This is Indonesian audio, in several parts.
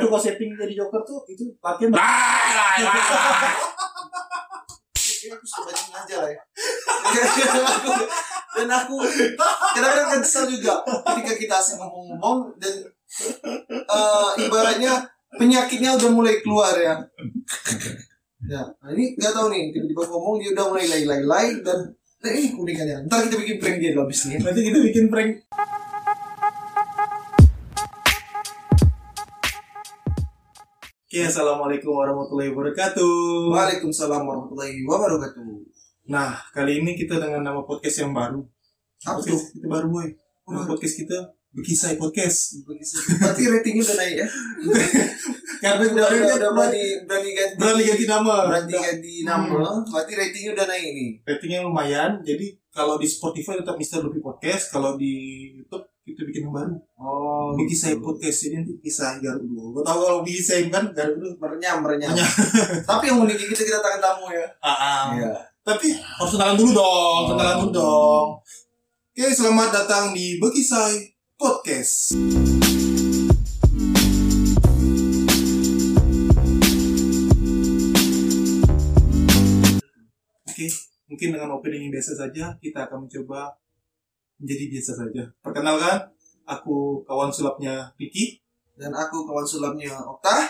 gua setting jadi Joker tuh itu latihan Nah, nah, nah. Ini aku suka bajing aja lah ya. dan aku kadang-kadang kesel juga ketika kita asing ngomong-ngomong dan eh, ibaratnya penyakitnya udah mulai keluar ya. Ya, nah ini nggak tahu nih tiba-tiba ngomong dia udah mulai lay-lay-lay dan eh ini kuningannya. Ntar kita bikin prank dia dulu abis ini. ya. nanti kita bikin prank Oke, assalamualaikum warahmatullahi wabarakatuh. Waalaikumsalam warahmatullahi wabarakatuh. Nah, kali ini kita dengan nama podcast yang baru. Apa tuh? Podcast kita baru, boy. Nama podcast kita Bekisai Podcast. Berarti ratingnya udah naik ya? Karena Udah kemarin udah kan udah berani berani ganti berani ganti nama. berarti ganti nama. Berarti ratingnya udah naik nih. Ratingnya lumayan. Jadi kalau di Spotify tetap Mister Lupi Podcast, kalau di YouTube kita bikin yang baru. Oh, Bekisai Podcast ini nanti kisah Garut dulu. Gua tahu kalau Bekisai kan Garut dulu. merenyam merenyam. Tapi yang unik kita kita tangan tamu ya. Ah, ah. Iya. Tapi harus kenalan dulu dong, kenalan dulu dong. Oke, selamat datang di Bekisai Podcast. Oke, mungkin dengan opening yang biasa saja, kita akan mencoba menjadi biasa saja. Perkenalkan, aku kawan sulapnya Vicky Dan aku kawan sulapnya Okta,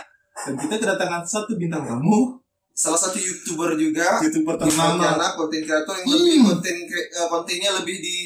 dan kita kedatangan satu bintang tamu, salah satu youtuber juga. youtuber ternama Gimana konten kreator yang Hmm. lebih konten kre- eh, kontennya lebih di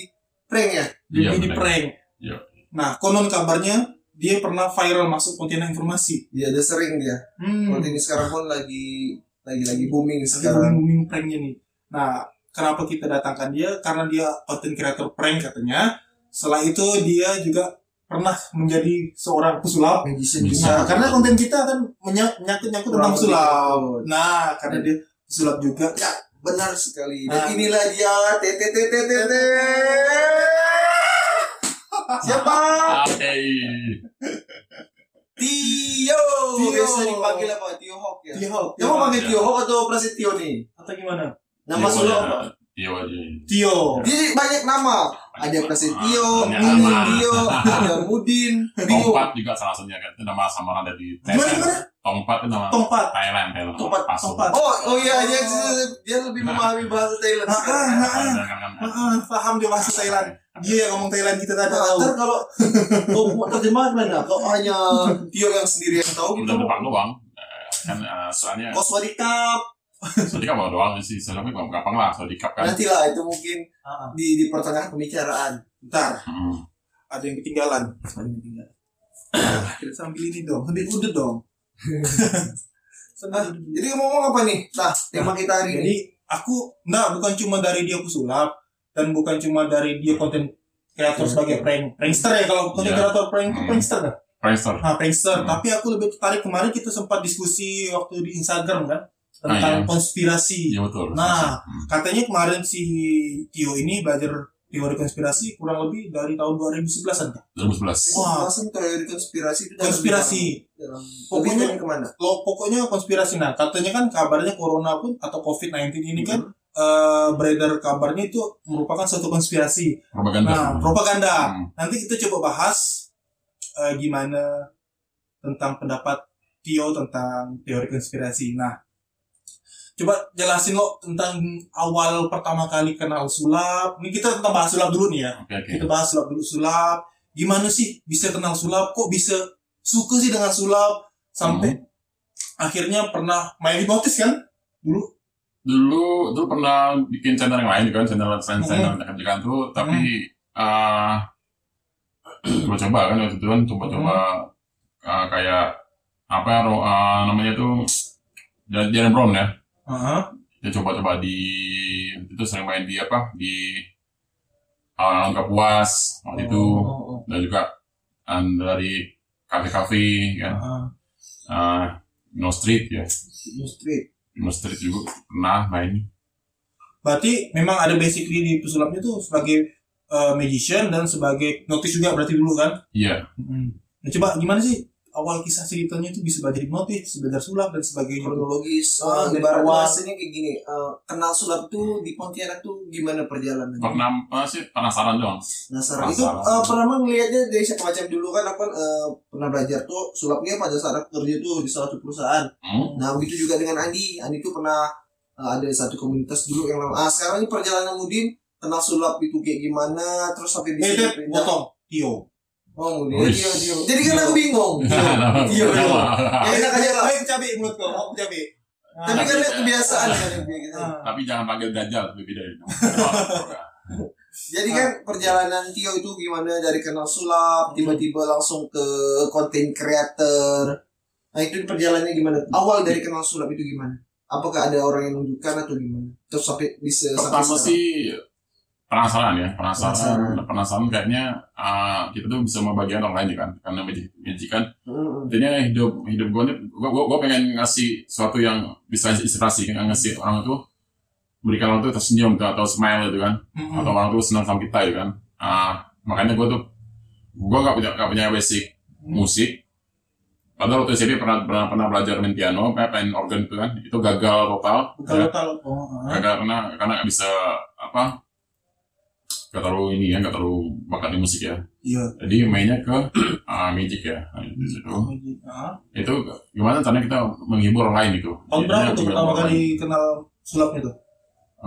prank ya? Iya, Jadi di benar. prank. Iya. Nah, konon kabarnya dia pernah viral masuk kontainer informasi. Iya, dia sering dia. Hmm. Kontennya sekarang pun lagi lagi lagi booming Sekarang sekarang. booming pranknya nih. Nah, kenapa kita datangkan dia? Karena dia konten creator prank katanya. Setelah itu dia juga pernah menjadi seorang pesulap. Magician Nah, juga. karena konten kita kan menya- menyangkut-nyangkut tentang Kurang lebih pesulap. gitu. Nah, karena dia pesulap juga. Ya, benar sekali. Nah. Dan inilah dia. TTTTTT. Siapa? Oke. Tio. Tio. Biasa dipanggil apa? Tio Hawk ya. Tio Hawk. Kamu panggil Iya. Tio Hawk atau Prasetyo Tio nih? atau gimana? Nama solo apa? Iya aja. Tio. Jadi banyak nama. Ada Prasetyo, Banyak Mimi nama. Tio, ada Mudin, Tio. Tongpat juga salah satunya kan. Itu nama samaran dari Gimana Thailand. gimana? Tongpat itu nama Tompat. Thailand, Thailand. Tongpat, Pasu. tongpat. Oh, oh iya, dia, dia lebih Nah. memahami bahasa Thailand Ah, sekarang. ah, Thailand, kan, kan. Ah, paham dia bahasa Thailand. Dia yang Iya, ngomong Thailand kita tadi Nah, tahu. ntar kalau kalau mau terjemahan mana? Kalau hanya Tio yang sendiri yang tahu gitu. Udah depan doang. Eh, Kan eh, soalnya Oh, Swadikap. Sodikap bawa doang sih. Sodikap gampang gampang lah. Sodikap kan. Eh. Nanti lah itu mungkin Ah, ah. di di pertengahan pembicaraan. Bentar. Hmm. ada yang ketinggalan ada yang ketinggalan kita sambil ini dong sambil udut dong Nah, Sambil udut. jadi mau ngomong apa nih? Nah, tema kita hari ini. jadi aku nggak bukan cuma dari dia pesulap dan bukan cuma dari dia konten kreator sebagai prank prankster ya kalau konten Iya. kreator prank itu Hmm. prankster kan Prankster. nah prankster Hmm. tapi aku lebih tertarik kemarin kita sempat diskusi waktu di Instagram kan tentang Ah, iya. konspirasi Iya betul. Nah. Hmm. katanya kemarin si Tio ini belajar teori konspirasi kurang lebih dari tahun 2011an kan 2011. Wah. Langsung teori konspirasi itu dalam konspirasi bidang- dalam Pokoknya- pokoknya kemana? lo pokoknya konspirasi nah katanya kan kabarnya corona pun atau covid 19 ini kan eh, beredar kabarnya itu merupakan suatu konspirasi Propaganda. nah propaganda Hmm. nanti kita coba bahas eh, gimana tentang pendapat Tio tentang teori konspirasi nah coba jelasin lo tentang awal pertama kali kenal sulap ini kita tentang bahas sulap dulu nih ya Oke oke. kita bahas sulap dulu sulap gimana sih bisa kenal sulap kok bisa suka sih dengan sulap sampai akhirnya pernah main hipnotis kan dulu dulu pernah bikin channel yang lain juga kan, channel channel channel yang kerjakan tuh tapi eh coba-coba kan waktu itu kan coba-coba eh, kayak apa ya ro- eh, namanya tuh Ja- Jaren Brown ya dia coba-coba di itu sering main di apa di eh nggak puas waktu itu Oh, oh, dan juga eh, dari kafe-kafe oh. kan Ah, Eh, No Street ya Industri. No Street juga pernah main berarti memang ada basically di pesulapnya tuh sebagai eh, magician dan sebagai notis juga berarti dulu kan iya nah, coba gimana sih awal kisah ceritanya itu bisa belajar hipnotis, belajar sulap dan sebagainya. kronologis Ah, uh, dari ibarat awal. bahasanya kayak gini eh, kenal sulap tuh di Pontianak tuh gimana perjalanannya Pernah apa eh, sih penasaran doang. Nasaran itu Penasaran. eh, pernah mah ngelihatnya dari siapa macam dulu kan aku kan, eh, pernah belajar tuh sulapnya pada saat aku kerja tuh di salah satu perusahaan Hmm? nah begitu juga dengan Andi Andi tuh pernah eh, ada di satu komunitas dulu yang lama ah, sekarang ini perjalanan Mudin kenal sulap itu kayak gimana terus Eh, sampai bisa Dep, pindah. potong. Tio. Oh, dia, dia, dia. Jadi kan aku bingung. Iya, Iya. iya. Ah. Ya, enak aja lah. Lain cabai mulut kau, aku cabai. Tapi kan lihat kebiasaan kan gitu. Ah. Tapi jangan panggil Dajjal lebih dari itu. Jadi Ah. kan perjalanan Tio itu gimana dari kenal Hmm. sulap tiba-tiba langsung ke content creator. Nah itu perjalanannya gimana? Awal dari kenal sulap itu gimana? Apakah ada orang yang nunjukkan atau gimana? Terus sampai bisa sampai Pertama sekarang. sih penasaran ya, penasaran. Penasaran. Penasaran kayaknya ah, kita tuh bisa membagikan orang lain ya kan, karena magic, magic kan Mm-mm. Intinya hidup hidup gue gue gue pengen ngasih sesuatu yang bisa inspirasi kan ngasih orang itu berikan orang itu tersenyum atau, atau smile gitu kan Mm-mm. atau orang itu senang sama kita gitu kan Ah, makanya gue tuh gue gak punya gak punya basic musik padahal waktu SMP pernah pernah, pernah belajar main piano eh, main organ gitu kan itu gagal total Kalau ya. tahu, oh, ah. gagal karena karena gak bisa apa gak terlalu ini ya gak terlalu bakat di musik ya iya. jadi mainnya ke ah, magic ya Nah, di situ Ah. itu gimana caranya kita menghibur orang lain itu Tahun berapa tuh pertama kali kenal sulapnya tuh?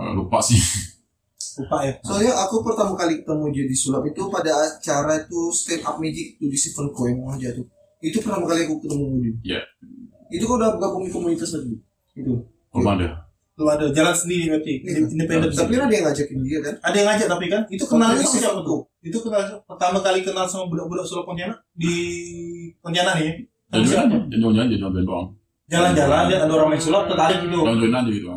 Eh, lupa sih Lupa ya. Soalnya aku pertama kali ketemu dia di sulap itu pada acara itu stand up magic itu di Seven Koi mau jatuh. Itu pertama kali aku ketemu dia. Iya. Itu kau udah gabung di komunitas lagi. Itu. lupa deh Lu ada jalan sendiri berarti. Iya. Independen. Tapi ada yang ngajakin dia kan? Ada yang ngajak tapi kan? Itu kenalnya Waktu itu sejak siapa itu. Itu kenal pertama kali kenal sama budak-budak sulap Pontianak di Pontianak nih. ya? Sama siapa? jalan-jalan aja jalan-jalan aja jalan-jalan doang Jalan-jalan lihat ada orang main sulap tertarik gitu. jalan-jalan aja gitu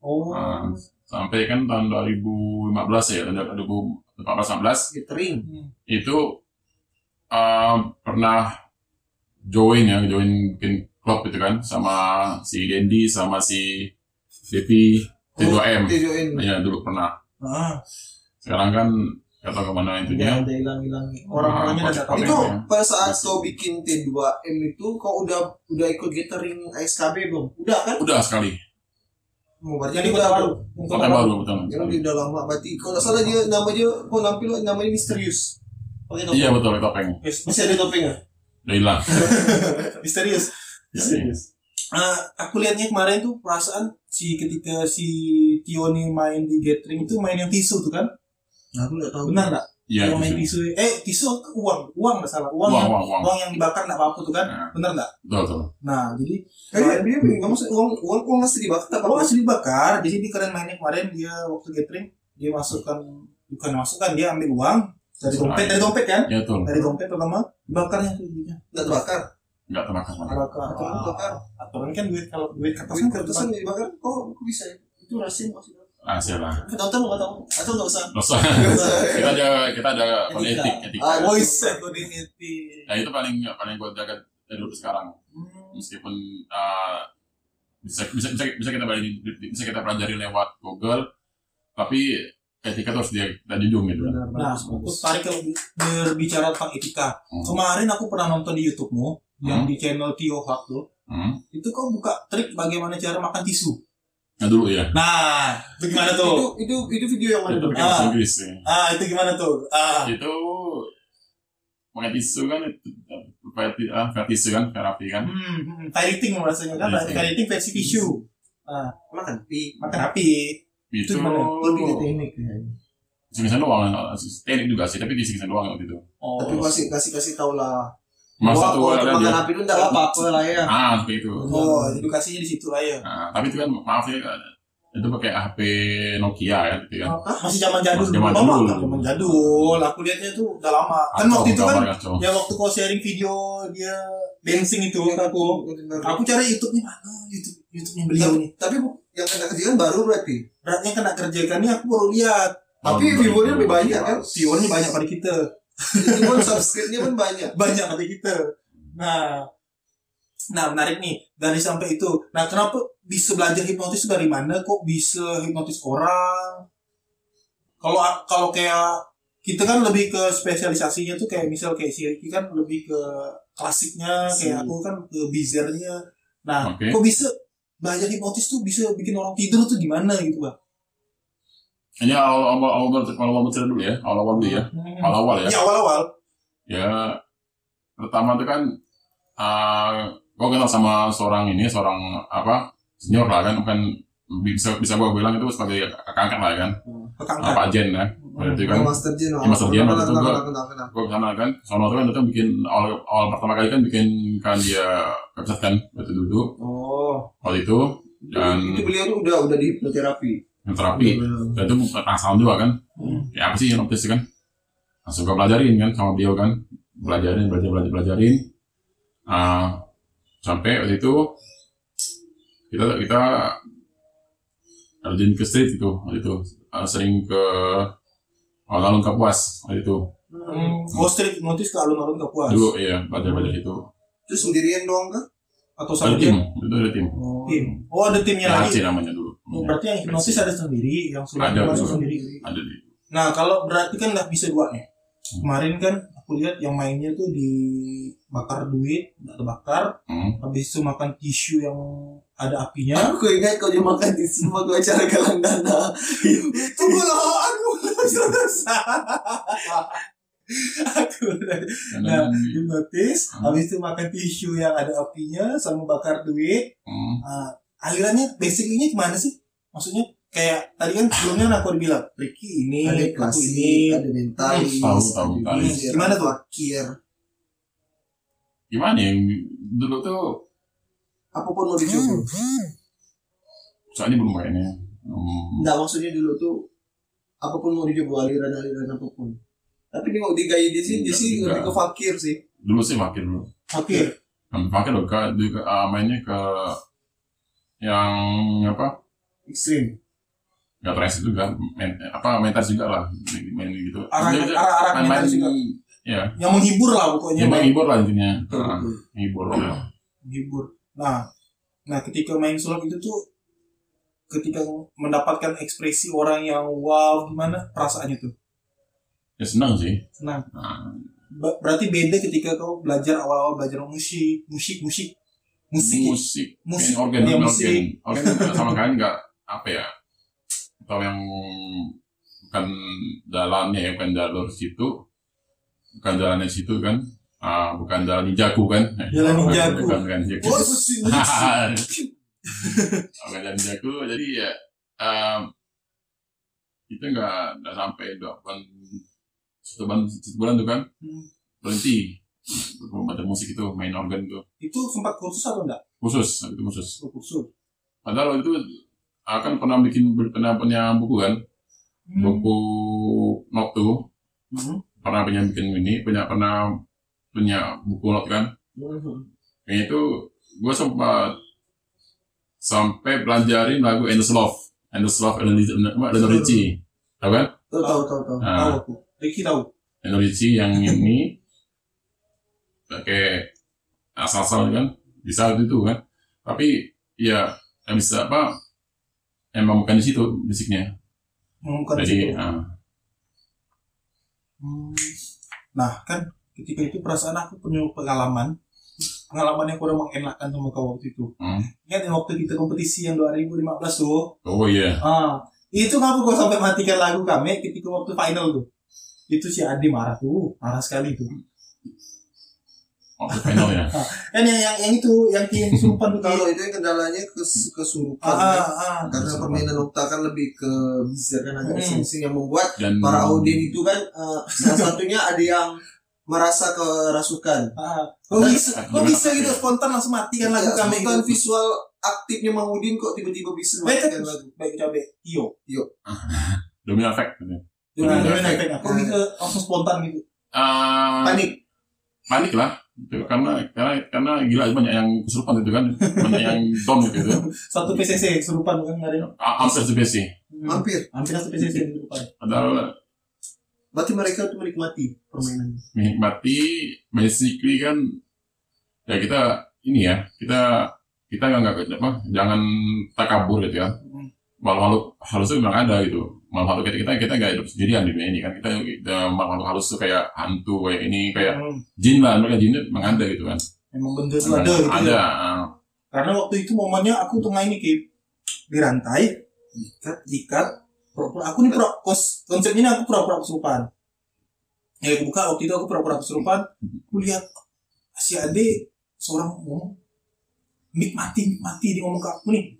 Oh. Ah, sampai kan tahun 2015 ya tahun 2014 Catering. Hmm. itu eh, pernah join ya join bikin klub gitu kan sama si Dendi sama si Depi T2M T2M. ya dulu pernah Ah. sekarang kan gak tau kemana itu dia ada hilang-hilang. Orang-orangnya udah datang. Hmm. Itu Iya. pada saat Masih. kau bikin T2M itu kau udah udah ikut gathering SKB belum? Udah kan? udah sekali Oh, berarti Jadi udah kota baru. kota baru betul Yang dia udah lama berarti kalau nggak salah dia nama dia kau nampil namanya misterius. Oh, gitu. Pakai topeng. iya betul topeng Yes, Masih ada topeng nggak? udah hilang misterius. Serius. Eh, aku lihatnya kemarin tuh perasaan si ketika si Tio nih main di gathering itu main yang tisu tuh kan? Nah, aku nggak tahu. Benar nggak? Iya, yang main itu sih. tisu. Eh tisu atau uang, uang nggak salah. Uang, uang, yang, uang, uang. uang yang dibakar nggak apa-apa tuh kan? Nah, Benar nggak? betul, betul. Nah jadi Eh, dia dia pengen kamu uang uang uang masih dibakar apa? Kalau Oh, masih dibakar, jadi dia keren mainnya kemarin dia waktu gathering dia masukkan bukan masukkan dia ambil uang dari Selain. dompet dari dompet kan Ya, betul. dari dompet pertama dibakarnya tuh duitnya Nggak terbakar. Enggak termakan. dibakar Aturan dibakar. aturan kan duit kalau duit kertas Tapi kan kertas kertasan nggak dibakar. Kok kok bisa? ya? Itu rahasia maksudnya. Ah, siapa? Nggak tahu nggak tahu atau nggak usah. Dosa. Nggak usah. kita ada kita ada kode Etika. etik, etika. Ah, oh iya gue diingetin. Nah, itu paling paling gue jaga dari dulu sekarang. Hmm. Meskipun ah, bisa bisa bisa bisa kita pelajari bisa kita pelajari lewat Google, tapi etika terus dia kita junjung gitu. kan. nah aku tarik kalau berbicara tentang etika Hmm. kemarin aku pernah nonton di YouTube mu yang di channel Tio Hak tuh Hmm. itu kau buka trik bagaimana cara makan tisu Nah, dulu ya. nah itu gimana Itu tuh itu itu video yang mana? Itu dulu? pakai Ah. bahasa Inggris ya. ah itu gimana tuh ah Itu pakai tisu kan itu pakai ah, pakai tisu kan terapi kan. Hmm, tariting rasanya kan, Tariting. tariting versi tisu. Makan pi. Makan api. Itu Itu, gimana? Lebih ke teknik ya. singkisan doang eh, teknik juga sih tapi di singkisan doang waktu itu Oh, Tapi masih kasih kasih tau lah. masa tuh Wah, kalau ada makan dia api itu nggak apa-apa lah ya. ah seperti itu oh, edukasinya di situ lah ya. nah, tapi itu kan maaf ya itu pakai HP Nokia ya gitu kan Hah? Masih zaman jadul. Masih zaman Mama, jadul. kan zaman jadul. Aku lihatnya tuh udah lama. Kan Kacau, waktu itu kan, gambar kacau. ya waktu kau sharing video dia dancing itu ke Iya. aku. Aku cari YouTube-nya mana? YouTube YouTube-nya beliau nih. Tapi bu- yang kena kerjaan baru berarti. Beratnya kena kerjakan nih aku baru lihat. Tapi viewernya lebih banyak kan? Viewernya banyak pada kita. Even subscribe-nya pun banyak. banyak kata kita. Nah, nah menarik nih dari sampai itu. Nah, kenapa bisa belajar hipnotis dari mana? Kok bisa hipnotis orang? Kalau kalau kayak kita kan lebih ke spesialisasinya tuh kayak misal kayak si Ricky kan lebih ke klasiknya kayak Hmm. aku kan ke bizarnya nah Oke. kok bisa banyak hipnotis tuh bisa bikin orang tidur tuh gimana gitu bang Ini awal awal awal awal awal bercerita dulu ya, awal awal dulu ya, Hmm. awal awal ya. ya awal awal Ya pertama itu kan, uh, gue kenal sama seorang ini, seorang apa senior lah kan, bukan bisa bisa gue bilang itu sebagai kakak lah kan, uh, kekangkat Pak Jen kan. Berarti kan, Master Jin oh. Iya, Master Jin, waktu itu Kenal, gua- kenal, kenal, kenal. gue kesana kan, sono itu kan datang bikin awal awal pertama kali kan bikin kan dia website kan, waktu dulu oh waktu itu Dan- itu beliau tuh udah udah di hipnoterapi terapi. Udah- Dan itu penasaran juga kan. Hmm. Ya apa sih yang optis kan? Langsung gue pelajarin kan sama beliau kan. Pelajarin, belajar, belajar, pelajarin. Ah, sampai waktu itu kita kita rajin ke street itu waktu itu Ah, sering ke alun-alun Kapuas waktu itu Hmm. hmm. oh strip hipnotis ke alun-alun ke puas dulu ya belajar-belajar itu terus sendirian doang kan atau ada sama tim tim itu ada tim Iya. tim oh ada timnya lagi LHC namanya dulu Oh, berarti yang hipnotis ada sendiri yang sudah Ada, masuk betul. sendiri ada di nah kalau berarti kan nggak bisa dua nih kemarin kan aku lihat yang mainnya tuh di bakar duit nggak terbakar hmm. habis itu makan tisu yang ada apinya aku ingat kau dia makan di semua gua acara galang dana Tunggu loh, aku belum selesai. aku udah Dan- Nah. hipnotis, Hmm. habis itu makan tisu yang ada apinya sama bakar duit. hmm. Ah, alirannya basicnya gimana sih? Maksudnya kayak tadi kan sebelumnya kan aku udah bilang Ricky ini, ada aku klasik ini. ada mentalis Tahu, tahu, ada tahu. wizard, Gimana tuh? fakir gimana ya dulu tuh apapun mau dicoba soalnya belum kayaknya Hmm. Enggak maksudnya dulu tuh apapun mau dicoba aliran-aliran apapun. Tapi dia mau digaya di sini, di sini Enggak. lebih ke fakir sih. dulu sih makin dulu Oke, Kami pakai loh ke, di, ke- ah, mainnya ke yang apa Ekstrim. nggak transit juga men, apa mentas juga lah main, main gitu arah Dia- dia arah arah main, main, mental ah, juga. ya Yang menghibur lah pokoknya. ya main hibur lah intinya Ah, Betul. hibur menghibur. Nah, nah ketika main sulap itu tuh ketika mendapatkan ekspresi orang yang wow gimana perasaannya tuh? ya senang sih Senang. Ah, Ba- berarti beda ketika kau belajar awal-awal belajar musik musik musik musik ya? musik musik musik organ ya, organ musik organ nggak sama kalian nggak apa ya atau yang bukan jalannya ya bukan jalur situ bukan jalannya situ kan ah bukan jalan di jago kan Jalan di Bukan- jago. bukan, bukan jago Oh, musik, musik. Hahaha. Oke dan jago jadi ya em, kita nggak nggak sampai dua bulan satu bulan satu bulan tuh kan Hmm. berhenti pembelajaran musik itu main organ itu itu sempat kursus atau enggak khusus itu khusus kursus padahal waktu itu akan pernah bikin pernah punya buku kan buku notu Hmm. pernah punya bikin ini punya pernah punya buku not kan Yang itu gue sempat sampai pelajarin lagu Endless Love, Endless Love, Endless Love, Endless Ritchie. Tahu kan? Tahu tahu tahu tahu. tahu Nah, aku Ricky tahu Endless Ritchie yang ini pakai asal-asal kan, bisa waktu itu kan. Tapi ya nggak bisa apa, emang bukan di situ musiknya. Hmm, bukan Jadi situ. ah, Hmm. nah kan ketika itu perasaan aku punya pengalaman pengalaman yang kurang mengenakan sama kau waktu itu Hmm. ingat yang waktu kita kompetisi yang 2015 tuh oh iya, ah itu ngapa gua sampai matikan lagu kami ketika waktu final tuh itu si Adi marah tuh marah sekali tuh waktu final ya. kan yang yang, yang itu yang yang sumpah tuh Kalau Iya. kalau itu yang kendalanya kes, kesurupan. ah kan? ah, ah. Karena Kesurupan. permainan Okta kan lebih ke bisa kan agak Hmm. sensi yang membuat ah, Dan para audien itu kan eh, salah satunya ada yang merasa kerasukan. ah. Kok bisa, kok Gimana? bisa gitu spontan langsung matikan Kan lagu lagu kami kan itu. visual aktifnya Mang Udin kok tiba-tiba bisa Baik memainkan lagu. baik cabe. Iyo. domino effect. gitu. Dengan Iya. dengan efeknya. Kok bisa langsung spontan gitu. Ah, Panik. panik lah Itu karena karena karena gila banyak yang kesurupan itu kan banyak yang down gitu Ah, itu Satu PCC serupan bukan kemarin. A- hampir sebesi Hmm. Hampir. Hampir satu PCC di depan. padahal Berarti mereka tuh menikmati permainan. menikmati basically kan ya kita ini ya kita kita nggak nggak apa jangan takabur gitu ya Hmm. makhluk halus itu memang ada gitu makhluk kita kita kita nggak hidup sendirian di dunia ini kan kita, kita makhluk halus itu kayak hantu kayak ini kayak Hmm, jin lah mereka jin itu memang ada gitu kan emang benda itu Memang ada gitu ada ah, ya karena waktu itu momennya aku tengah ini Kip dirantai ikat ikat pura-pura aku nih pura kos- konsepnya ini aku pura-pura kesurupan ya aku buka waktu itu aku pura-pura kesurupan aku lihat si ade seorang ngomong mik mati mik mati dia ngomong ke aku nih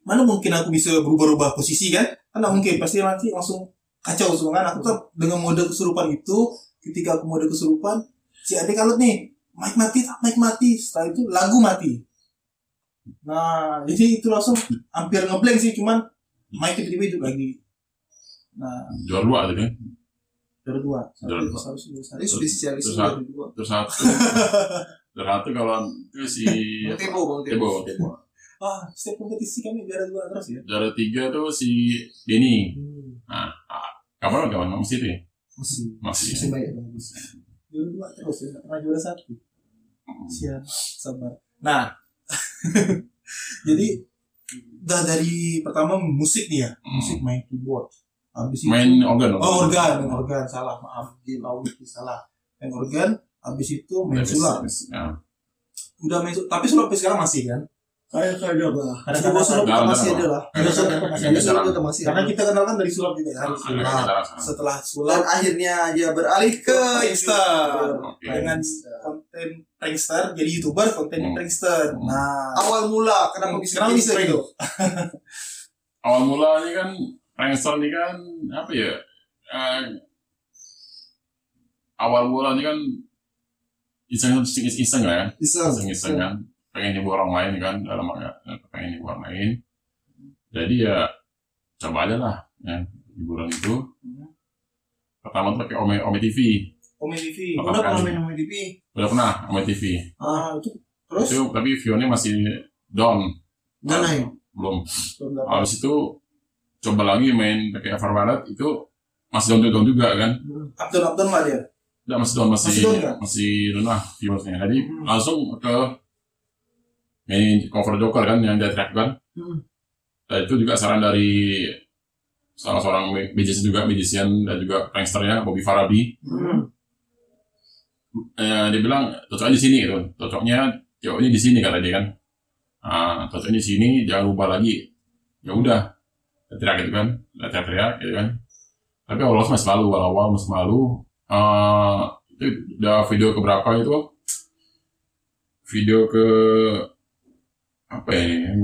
mana mungkin aku bisa berubah-ubah posisi kan kan nggak mungkin pasti nanti langsung kacau semua kan aku kan dengan mode kesurupan itu ketika aku mode kesurupan si ade kalut nih mic mati tak mic mati setelah itu lagu mati Nah, jadi itu langsung hampir ngeblank sih, cuman main tiba-tiba hidup lagi. Nah, juara dua tadi juara dua. Juara dua. Satu, satu, satu. Tadi spesialis Terus, dari dua. terus satu terus satu kalau itu si Bang Tebo, Bang Tebo. Iya. Tebo Tebo Wah, setiap kompetisi kami juara dua terus ya. juara tiga tuh si Denny Hmm, kapan kapan masih itu ya masih, masih masih banyak bagus. Juara dua terus ya, nggak pernah juara satu. Siap, sabar. Nah, jadi udah dari pertama musik nih ya, musik main keyboard. Habis itu- Hmm. main organ Oh organ, main organ salah maaf di laut itu salah. Main organ, habis itu main Habis- sulap. habis- ya. Udah main sulap, tapi sulap sampai sekarang masih kan? Kayak kayak apa? Ada Kadang-kadang sulap kita ada. masih ada lah. Ada, Ada sulap ada. kita masih Ada, ada. Sulap ada. kita masih ada. Karena kita kenal kan dari sulap juga kan. Ada Nah, acara sana. setelah Dan sulap akhirnya dia beralih ke Ke Insta. Oke. dengan konten prankster jadi youtuber konten Hmm. prankster. Nah, Awal mula kenapa Hmm, bisa kenapa bisa prank? gitu? awal mulanya kan prankster ini kan apa ya eh, awal mulanya kan iseng iseng iseng lah ya Bisa. iseng iseng kan pengen nyebut orang lain kan dalam ya, pengen nyebut orang lain jadi ya coba aja lah ya hiburan itu pertama tuh pakai Ome, Ome TV Komedi TV. Apa Udah pernah kali? main sama TV? udah pernah Ome TV Ah, itu terus itu tapi viewnya masih down Nah, nah, ya. belum belum dapat. habis itu coba lagi main pakai Afar Barat itu masih down down juga kan Upton Upton lah dia. Nggak, masih down masih Masih down, ya? masih down lah viewersnya jadi Hmm. langsung ke ini cover Joker kan yang dia track kan Hmm. dan itu juga saran dari salah seorang magician juga magician dan juga pranksternya Bobby Farabi eh, dia bilang cocoknya di sini gitu cocoknya cowoknya di sini kata dia kan ah cocoknya di sini jangan rubah lagi ya udah Dia teriak gitu kan Dia teriak-teriak gitu kan tapi awal masih malu awal awal masih malu Eh, itu udah video keberapa itu video ke apa ya yang,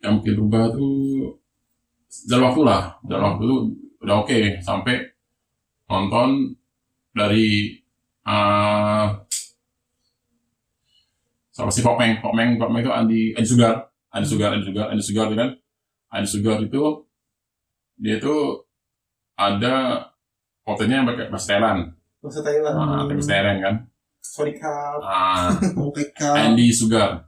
yang mungkin berubah tuh dalam waktu lah dalam waktu tuh udah oke sampai nonton dari eh sama si Popeng, Popeng, Popeng itu Andi, Andi Sugar, Andi Sugar, Andi Sugar, Andi Sugar, gitu kan? Andi Sugar itu dia itu ada fotonya yang pakai bahasa Thailand, Bahasa Thailand. Ah, pakai bahasa Thailand kan? Sorry Cup. Ah, Mau PK. Andy Sugar,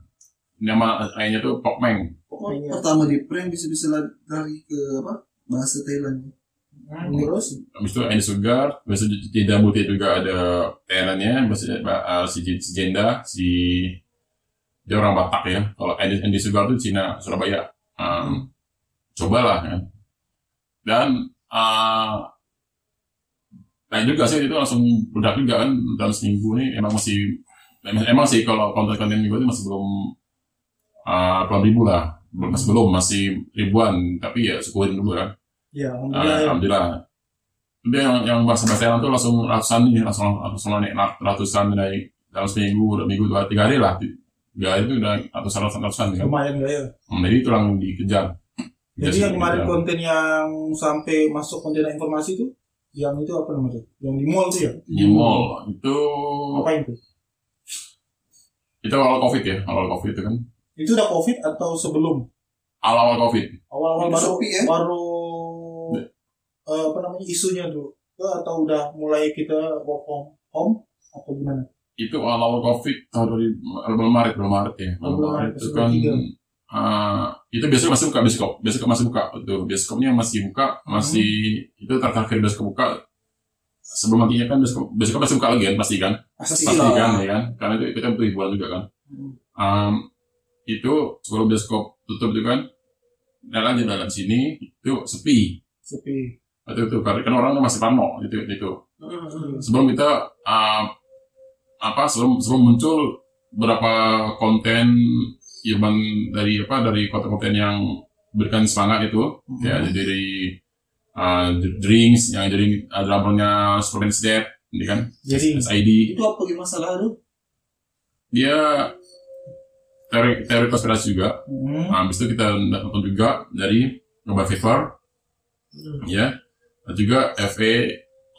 nama lainnya tuh Popeng. Pokoknya. Pertama di prank bisa-bisa lari- lari ke apa? Bahasa Thailand. Hmm, Terus Habis itu Andy Sugar, bahasa Jenda Putih juga ada Thailandnya, bahasa eh, si J- si Jenda, si dia orang Batak ya. Kalau Andy, Andy Sugar itu Cina, Surabaya. Um, Cobalah kan. Dan eh lain juga sih itu langsung bedak juga kan dalam seminggu nih emang masih emang emang sih kalau konten-konten gue itu masih belum eh puluhan ribu lah belum masih belum masih ribuan tapi ya syukurin dulu kan ya alhamdulillah Ah, ya. Alhamdulillah. Dia yang, yang bahasa bahasa Thailand tuh langsung ratusan nih, langsung langsung naik na- ratusan naik dalam seminggu, dua minggu, dua tiga hari lah. Tiga hari itu udah ratusan ratusan ratusan kan. lumayan gak ya. Hmm, Jadi itu yang dikejar. Iya Jadi yang kemarin dikejar. konten yang sampai masuk konten informasi itu yang itu apa namanya? Yang di mall tuh ya? di mall itu Ngapain tuh? itu awal covid ya, awal covid itu kan. Itu udah covid atau sebelum? Awal awal covid. Awal-awal Itu baru Shopee ya? baru eh, apa namanya isunya tuh Eh, atau udah mulai kita work from home atau gimana? Itu awal awal covid tahun dari bulan Maret, bulan Maret ya. Bulan Oh, bulan Maret Maret, itu bulan kan. tiga. eh, itu biasanya masih buka bioskop, bioskop masih buka. Itu bioskopnya masih buka, masih itu terakhir bioskop buka sebelum nantinya kan bioskop, bioskop masih buka lagi kan pasti kan Pasti pasti lah. kan ya kan karena itu kita butuh hiburan juga kan Hmm. Em, itu sebelum bioskop tutup itu kan dalam di dalam sini itu sepi sepi waktu itu karena kan orang masih parno gitu itu Hmm, sebelum kita uh, apa sebelum sebelum muncul berapa konten Irman dari apa dari konten-konten yang berikan semangat itu ya jadi dari uh, drinks yang jadi uh, drummernya Superman Step ini kan jadi SID Itu apa yang masalah tuh? dia teori teori konspirasi juga hmm. nah, habis itu kita nonton juga dari Nova Fever ya dan juga FA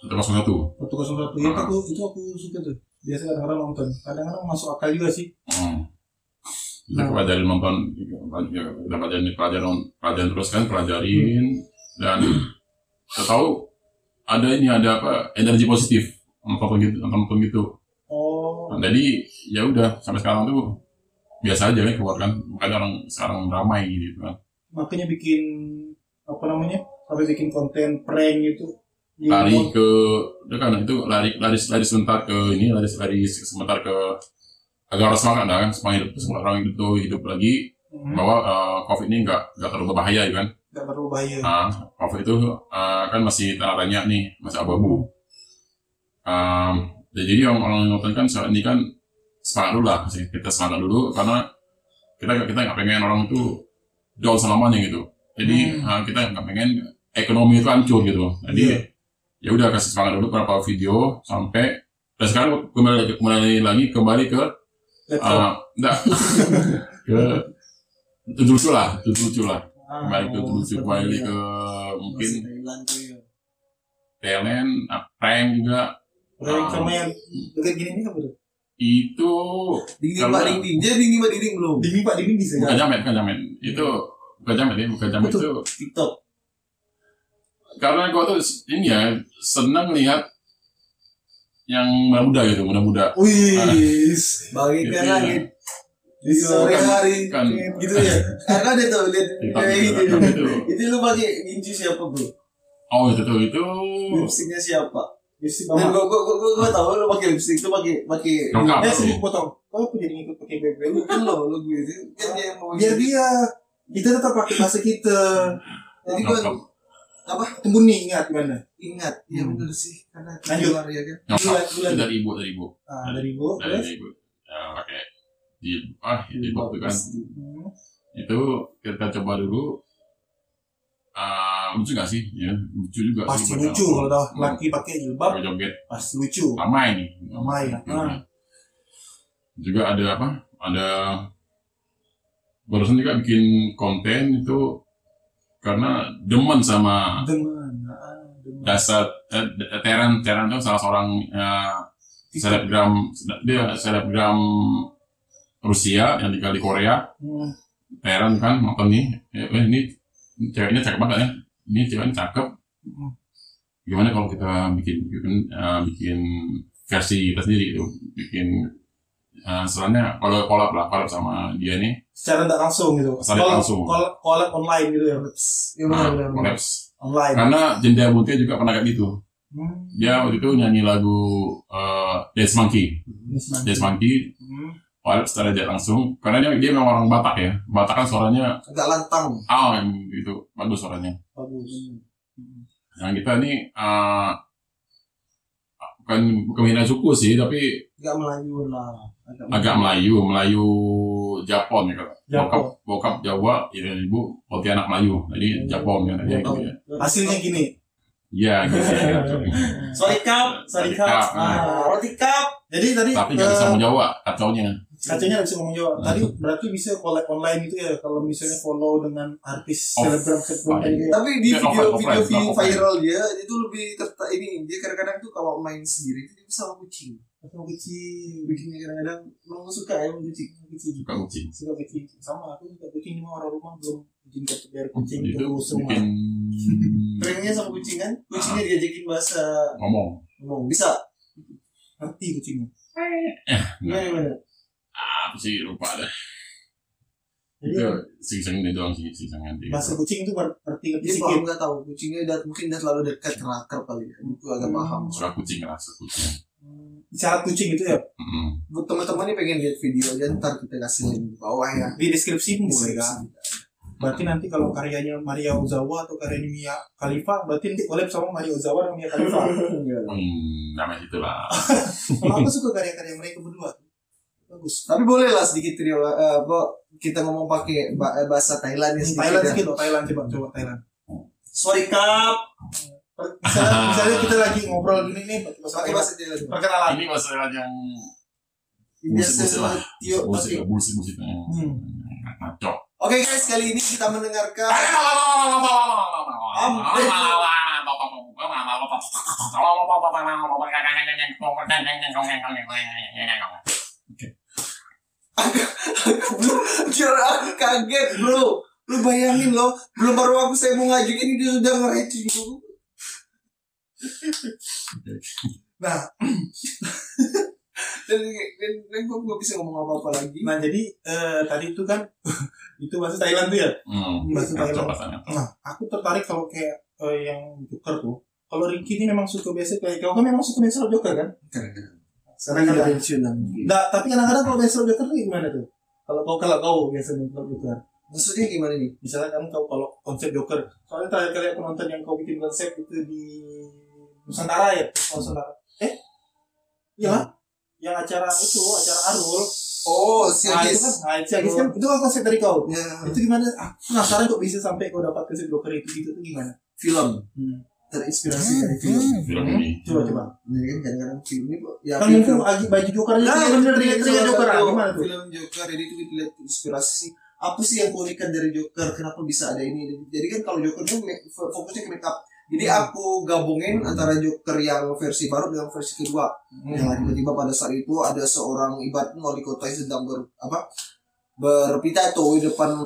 101 satu satu ya, itu aku itu aku suka tuh biasa kadang-kadang nonton kadang-kadang masuk akal juga sih Hmm. Kita pelajari nonton, ya, kita pelajari pelajaran, pelajaran terus kan, pelajarin dan kita tahu ada ini ada apa energi positif nonton gitu, nonton gitu. oh Jadi ya udah sampai sekarang tuh biasa aja kan keluar kan, makanya orang sekarang ramai gitu kan. makanya bikin apa namanya sampai bikin konten prank gitu Di Lari rumah. ke, itu kan itu lari lari lari sebentar ke ini, lari lari sebentar ke agar orang semangat dah kan, semua hidup semua orang hidup tuh hidup lagi Hmm. bahwa eh, covid ini nggak nggak terlalu berbahaya gitu kan. nggak perlu bayar Nah, COVID itu uh, kan masih tanda tanya nih, masih abu-abu. Um, ya jadi yang orang nonton kan saat ini kan semangat dulu lah, sih. kita semangat dulu karena kita kita nggak pengen orang itu down selamanya gitu. Hmm. Jadi uh, kita nggak pengen ekonomi itu hancur gitu. Jadi Iya. ya udah kasih semangat dulu beberapa video sampai dan sekarang kembali kembali lagi kembali ke laptop uh, enggak ke lucu lah, lucu lah Ah, kembali Oh, oh, ke lucu kembali ya. ke mungkin Masih Thailand tuh ya. talent, uh, prank juga Orang sama yang dekat gini ini apa tuh? itu Dinding Kalau- Pak Dinding. Dia dinding Pak Dinding belum. Dingin pak, dingin bisa bukan ya? jamet, bukan jamet. Itu bukan jamet ya, bukan jamet Betul. itu. TikTok. Karena gua tuh ini ya senang lihat yang muda-muda gitu, muda-muda. Wih, Bagaikan Gitu ya. langit di Iya, sore kan. hari. Kan gitu ya? Karena ada tuh lihat TikTok kayak gitu, gitu. kan, itu. Itu lu pakai gincu siapa, Bro? Oh itu tuh itu. Lipstiknya siapa? Lipstick Dan mama. gua gua gua gua, gua tahu lu pakai lipstik tuh pakai pakai Lengkap Eh, sih. sih potong. Oh, aku jadi ngikut pakai BB. Lu kan lo lu gue itu kan dia yang mau Biar dia kita tetap pakai bahasa kita. jadi gua Lengkap, Tunggu nih ingat gimana? ingat ya Hmm. bener sih karena di Lanjut. luar ya kan lengkap. Bulan, bulan. Itu dari ibu, dari ibu, Ah, dari Bu. dari Terus. ibu. Ya, pakai di ah di box tuh kan Hmm. itu kita coba dulu Ah, lucu gak sih ya lucu juga Pasti sih, lucu kalau pada- dah laki pakai jilbab Kalau joget pasti lucu. lama ini Lama ya. Hmm. juga ada apa ada barusan juga bikin konten itu karena demen sama Dengan ah, dengan dasar eh, Teran Teran itu salah seorang eh, selebgram dia selebgram Rusia yang tinggal di Korea Hmm. Teran kan nonton nih eh, eh, ini ceweknya cakep banget ya ini ceweknya cakep gimana kalau kita bikin bikin, eh, bikin versi kita sendiri gitu bikin eh, istilahnya kalau kolab lah kolab sama dia eh, nih secara tidak langsung gitu. Secara Call- langsung. call- Collab online gitu ya. Iya benar nah, benar, benar. collabs. Online. karena jendela buntia juga pernah kayak gitu Hmm. dia waktu itu nyanyi lagu eh, dance monkey Ini senang. dance monkey Hmm. kolab secara direct langsung karena dia, dia memang orang batak ya batak kan suaranya agak lantang ah gitu bagus suaranya Bagus. yang kita ini eh, bukan bukan hina suku sih tapi agak Melayu lah agak agak Melayu Melayu Japon ya kalau bokap Japon. Oh. bokap Jawa ya ibu Pontianak Melayu jadi Japon kan ya gitu ya Hasilnya gini. Iya, gitu ya Sorry cup, sorry cup. Sorry cup. Ah, roti cup. Jadi tadi tapi nggak bisa eh, mau Jawa kacaunya kacanya nggak bisa ngomong Jawa. Tadi berarti bisa collab online itu ya kalau misalnya follow dengan artis Off- selebgram selebgram kayak gitu. tapi di Ya, offline, video video offline, video offline. viral dia itu lebih terta ini dia kadang-kadang tuh kalau main sendiri itu dia sama kucing Aku kecil, kucingnya kadang-kadang memang suka ya sama kucing kecil, suka kucing suka kecil. Sama aku juga kucing cuma orang rumah belum izin ke biar kucing Jadi itu terus semua. bikin trennya sama kucing kan kucingnya diajakin bahasa ngomong ngomong bisa Ngerti kucingnya. gimana Iya. gimana Nah, apa sih lupa deh Jadi itu sing-sing itu doang sih sing-sing nanti Iya. bahasa kucing itu ber- berarti ngerti dia sikit. paham nggak tahu kucingnya udah mungkin udah terlalu dekat kerakar kali ya itu agak Hmm. paham suka kucing rasa kucing Isyarat Hmm, kucing itu ya Mm-mm. buat teman-teman nih pengen lihat video aja ntar kita kasih link di bawah ya di deskripsi Bisa, mulai bisa. kan. Berarti nanti kalau karyanya Maria Ozawa atau karyanya Mia Khalifa, berarti nanti collab sama Maria Ozawa dan Mia Khalifa. Hmm, namanya itulah. Kalau aku suka karya-karya mereka berdua. Bagus. Tapi boleh lah sedikit trio eh, apa kita ngomong pakai ba- eh, bahasa Thailand ya sedikit. Thailand ya. sedikit loh, Thailand coba coba Thailand. Sorry kap. Misalnya, misalnya kita lagi ngobrol gini nih, Pakai pakai bahasa bahasa Thailand. perkenalan. Ini masalah yang Biasa Buset-buset lah. trio bullshit, pakai- bullshit, bullshit. Hmm. Ngaco. Oke guys, kali ini kita mendengarkan Belum, jujur aku ah, kaget bro Lu bayangin loh Belum baru aku saya mau ngajuin ini Dia sudah ngerecing dulu Nah, Dan, dan, dan gue gak bisa ngomong apa-apa lagi nah jadi eh, tadi itu kan itu bahasa Thailand tuh ya. Hmm, Bahasa ngaco Thailand. rasanya. Nah, aku tertarik kalau kayak eh, yang Joker tuh. Kalau Ricky ini memang suka biasa kayak kau kan memang suka biasa Joker kan? Sekarang kan pensiun lagi Nah, tapi kadang-kadang kalau biasa Joker tuh gimana tuh? Kalau kau kalau kau biasa kalau Joker. Maksudnya gimana nih? Misalnya kamu tahu kalau konsep Joker. Soalnya terakhir kali aku nonton yang kau bikin konsep itu di Nusantara ya, Kalau Nusantara. Eh, iya lah. Yang acara itu, acara Arul. Oh, si Nah, itu Agis kan, nah, itu, kan, itu kan konsep dari kau. Ya, Itu gimana? Aku penasaran kok bisa sampai kau dapat konsep Joker itu gitu tuh gimana? film Hmm. Terinspirasi dari film Film ini. Coba coba. Ya kan kadang-kadang film ini Ya, Kan mungkin baju baju Joker itu Nah, yang bener relate itu dengan salah Joker. satu Gimana tuh? Film Joker jadi itu dilihat inspirasi apa sih yang keunikan dari Joker? Kenapa bisa ada ini? Jadi kan kalau Joker tuh me- fo- fokusnya ke make up. Jadi Hmm. aku gabungin antara Joker yang versi baru dengan versi kedua. Hmm. Yang tiba-tiba pada saat itu ada seorang ibarat wali kota yang sedang ber apa berpidato di depan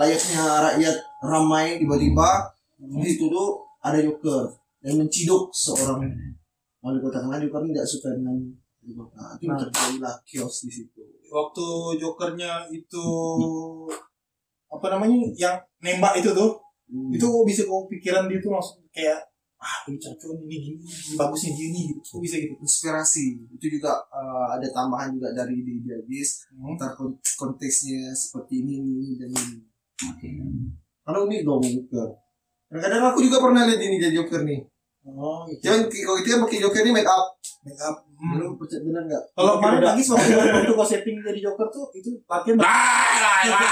layaknya rakyat ramai tiba-tiba Hmm. di situ tuh ada Joker yang menciduk seorang wali kota karena Joker tidak suka dengan wali kota. Itu Nah. terjadilah chaos di situ. Waktu Jokernya itu apa namanya yang nembak itu tuh Hmm. itu kok bisa kau pikiran dia tuh langsung kayak ah ini cocok ini gini ini bagusnya gini gitu kok bisa gitu inspirasi itu juga eh, ada tambahan juga dari ide ide Agis hmm. ntar kon- konteksnya seperti ini ini ini, dan ini Oke. karena unik dong Joker kadang-kadang aku juga pernah lihat ini jadi Joker nih oh gitu Jangan kalau kita pakai Joker ini make up. Hmm. make up Lu percaya benar enggak? kalau kemarin lagi Nah, waktu waktu kau setting jadi Joker tuh itu Nah, latihan Lai, lai, lai.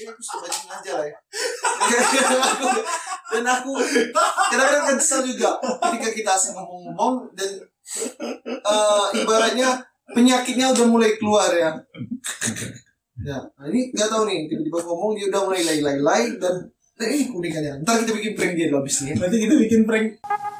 Iya, aku suka bajing aja lah ya. dan aku kadang-kadang kesel juga ketika kita asing ngomong-ngomong dan eh, ibaratnya penyakitnya udah mulai keluar ya. Ya, nah ini nggak tahu nih tiba-tiba ngomong dia eh, udah mulai lay-lay-lay dan nah, ini kuningannya. Ntar kita bikin prank dia dulu abis ini. ya. nanti kita gitu bikin prank